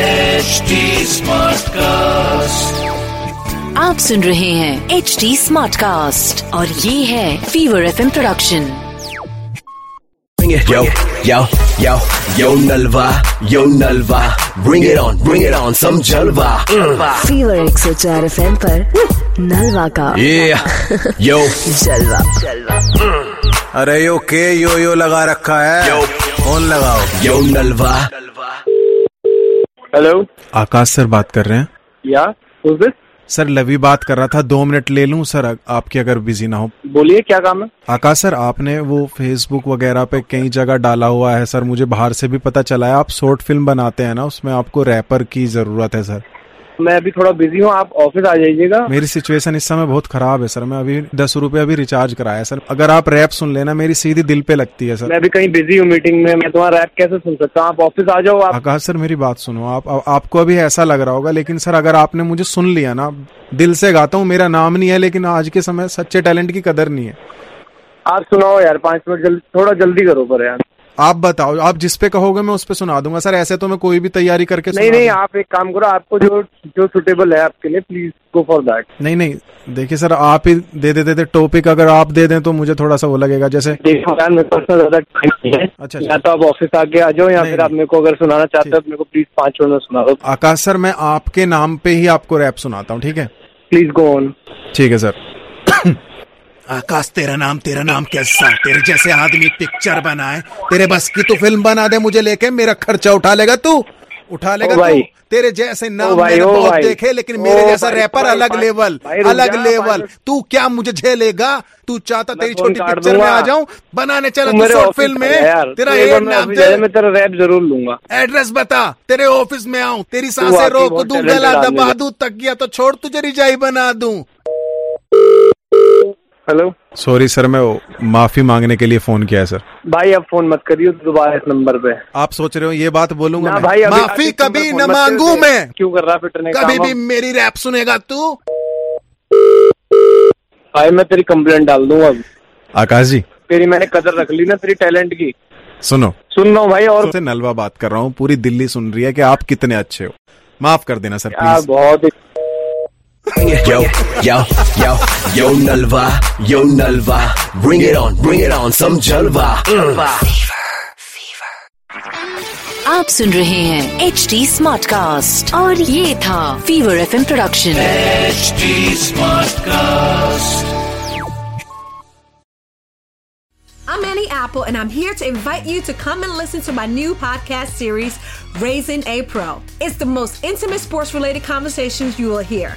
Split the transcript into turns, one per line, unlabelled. HD Smartcast.
आप सुन रहे हैं एच डी स्मार्ट कास्ट और ये है Fever F production
Bring it. Yo, yo, yo, yo, Nalva, yo, Nalva. Bring it on, bring it on, some Jalva. Mm.
Fever एक सौ चार एफ एम नलवा का
Yeah, yo,
जलवा जलवा
अरे यो के यो यो लगा रखा है
Yo.
फोन लगाओ
yo, Nalva.
Hello
Akash sir बात कर रहे हैं
या who's this?
सर लवी बात कर रहा था दो मिनट ले लूं सर अग- आपके अगर बिजी ना हो
बोलिए क्या काम है
आकाश सर आपने वो फेसबुक वगैरह पे कई जगह डाला हुआ है सर मुझे बाहर से भी पता चला है आप शॉर्ट फिल्म बनाते हैं ना उसमें आपको रैपर की जरूरत है सर
मैं अभी थोड़ा बिजी हूँ आप ऑफिस आ जाइएगा
मेरी सिचुएशन इस समय बहुत खराब है सर मैं अभी दस रुपये अभी रिचार्ज कराया है सर अगर आप रैप सुन लेना मेरी सीधी दिल पे लगती है सर
मैं अभी कहीं बिजी हूँ मीटिंग में मैं तुम्हारा रैप कैसे सुन सकता हूँ आप ऑफिस आ जाओ आप
आकाश सर मेरी बात सुनो आप आ, आपको अभी ऐसा लग रहा होगा लेकिन सर अगर आपने मुझे सुन लिया ना दिल से गाता हूँ मेरा नाम नहीं है लेकिन आज के समय सच्चे टैलेंट की कदर नहीं है
आप सुनाओ यार पाँच मिनट जल्दी थोड़ा जल्दी करो पर यार
आप बताओ आप जिस पे कहोगे मैं उस पे सुना दूंगा सर ऐसे तो मैं कोई भी तैयारी करके
नहीं
सुना
नहीं
दूं-
आप एक काम करो आपको जो जो सुटेबल है आपके लिए प्लीज गो फॉर दैट
नहीं नहीं देखिए सर आप ही दे देते थे टॉपिक अगर आप दे दें तो मुझे थोड़ा सा वो लगेगा जैसे
देखो यार मेरे पास ना ज्यादा टाइम नहीं है
अच्छा,
या तो आप ऑफिस आके आ जाओ या
नहीं,
फिर आप
नहीं।
मेरे को अगर सुनाना चाहते हो तो मेरे को प्लीज पाँच मिनट में सुना दो
आकाश सर मैं आपके नाम पे ही आपको रैप सुनाता हूँ ठीक है
प्लीज गो ऑन
ठीक है सर
आकाश तेरा नाम तेरा नाम कैसा तेरे जैसे आदमी पिक्चर बनाए तेरे बस की तू फिल्म बना दे मुझे लेके मेरा खर्चा उठा लेगा तू उठा लेगा
ओ भाई।
तू तेरे जैसे नाम
भाई,
मैंने
ओ
बहुत
भाई।
देखे लेकिन मेरे
ओ
जैसा
भाई,
रैपर
भाई,
अलग
भाई,
लेवल
भाई, रुक
अलग
जा,
लेवल
भाई,
तू क्या मुझे झेलेगा तू चाहता तेरी
फोन
छोटी
काट
पिक्चर में
दूंगा।
आ जाऊं बनाने चला
तुम
तू
मेरे
शॉर्ट
ऑफिस
फिल्म
आ यार
में तेरा
एक बार
एक
मैं
नाम
ऑफिस आ
दे
जाऊं, मैं तेरा रैप जरूर लूंगा
एड्रेस बता तेरे ऑफिस में आऊं तेरी सांसें
आके
रोक
बहुत
दूं
talented
गला
आदमी
दबा
है।
दूं तकिया तो छोड़ तुझे रिजाई बना दूं
हेलो
सॉरी सर मैं वो माफी मांगने के लिए फोन किया है सर
भाई अब फोन मत करियो दोबारा इस नंबर पे
आप सोच रहे हो ये बात बोलूंगा
ना
मैं?
भाई अभी-
माफी
अभी तुम
कभी
मेरे को
न
मत करो,
मांगू
ये
मैं।
क्यों कर रहा फिटने का
कभी
काम?
भी मेरी रैप सुनेगा तू
भाई मैं तेरी कंप्लेंट डाल दूंगा अब
आकाश जी
तेरी मैंने कदर रख ली ना तेरी टैलेंट की
सुनो
सुन लो भाई और
से नलवा बात कर रहा हूँ पूरी दिल्ली सुन रही है कि आप कितने अच्छे हो माफ कर देना सर
यार
प्लीज
बहुत ही-
Yo, yo, yo, yo, Nalva, yo, Nalva. Bring it on, bring it on, some Jalva. Mm.
आप सुन रहे हैं एच डी स्मार्ट कास्ट और ये था fever F production
HD Smartcast.
I'm Annie Apple, and I'm here to invite you to come and listen to my new podcast series, Raising a Pro. It's the most intimate sports related conversations you will hear.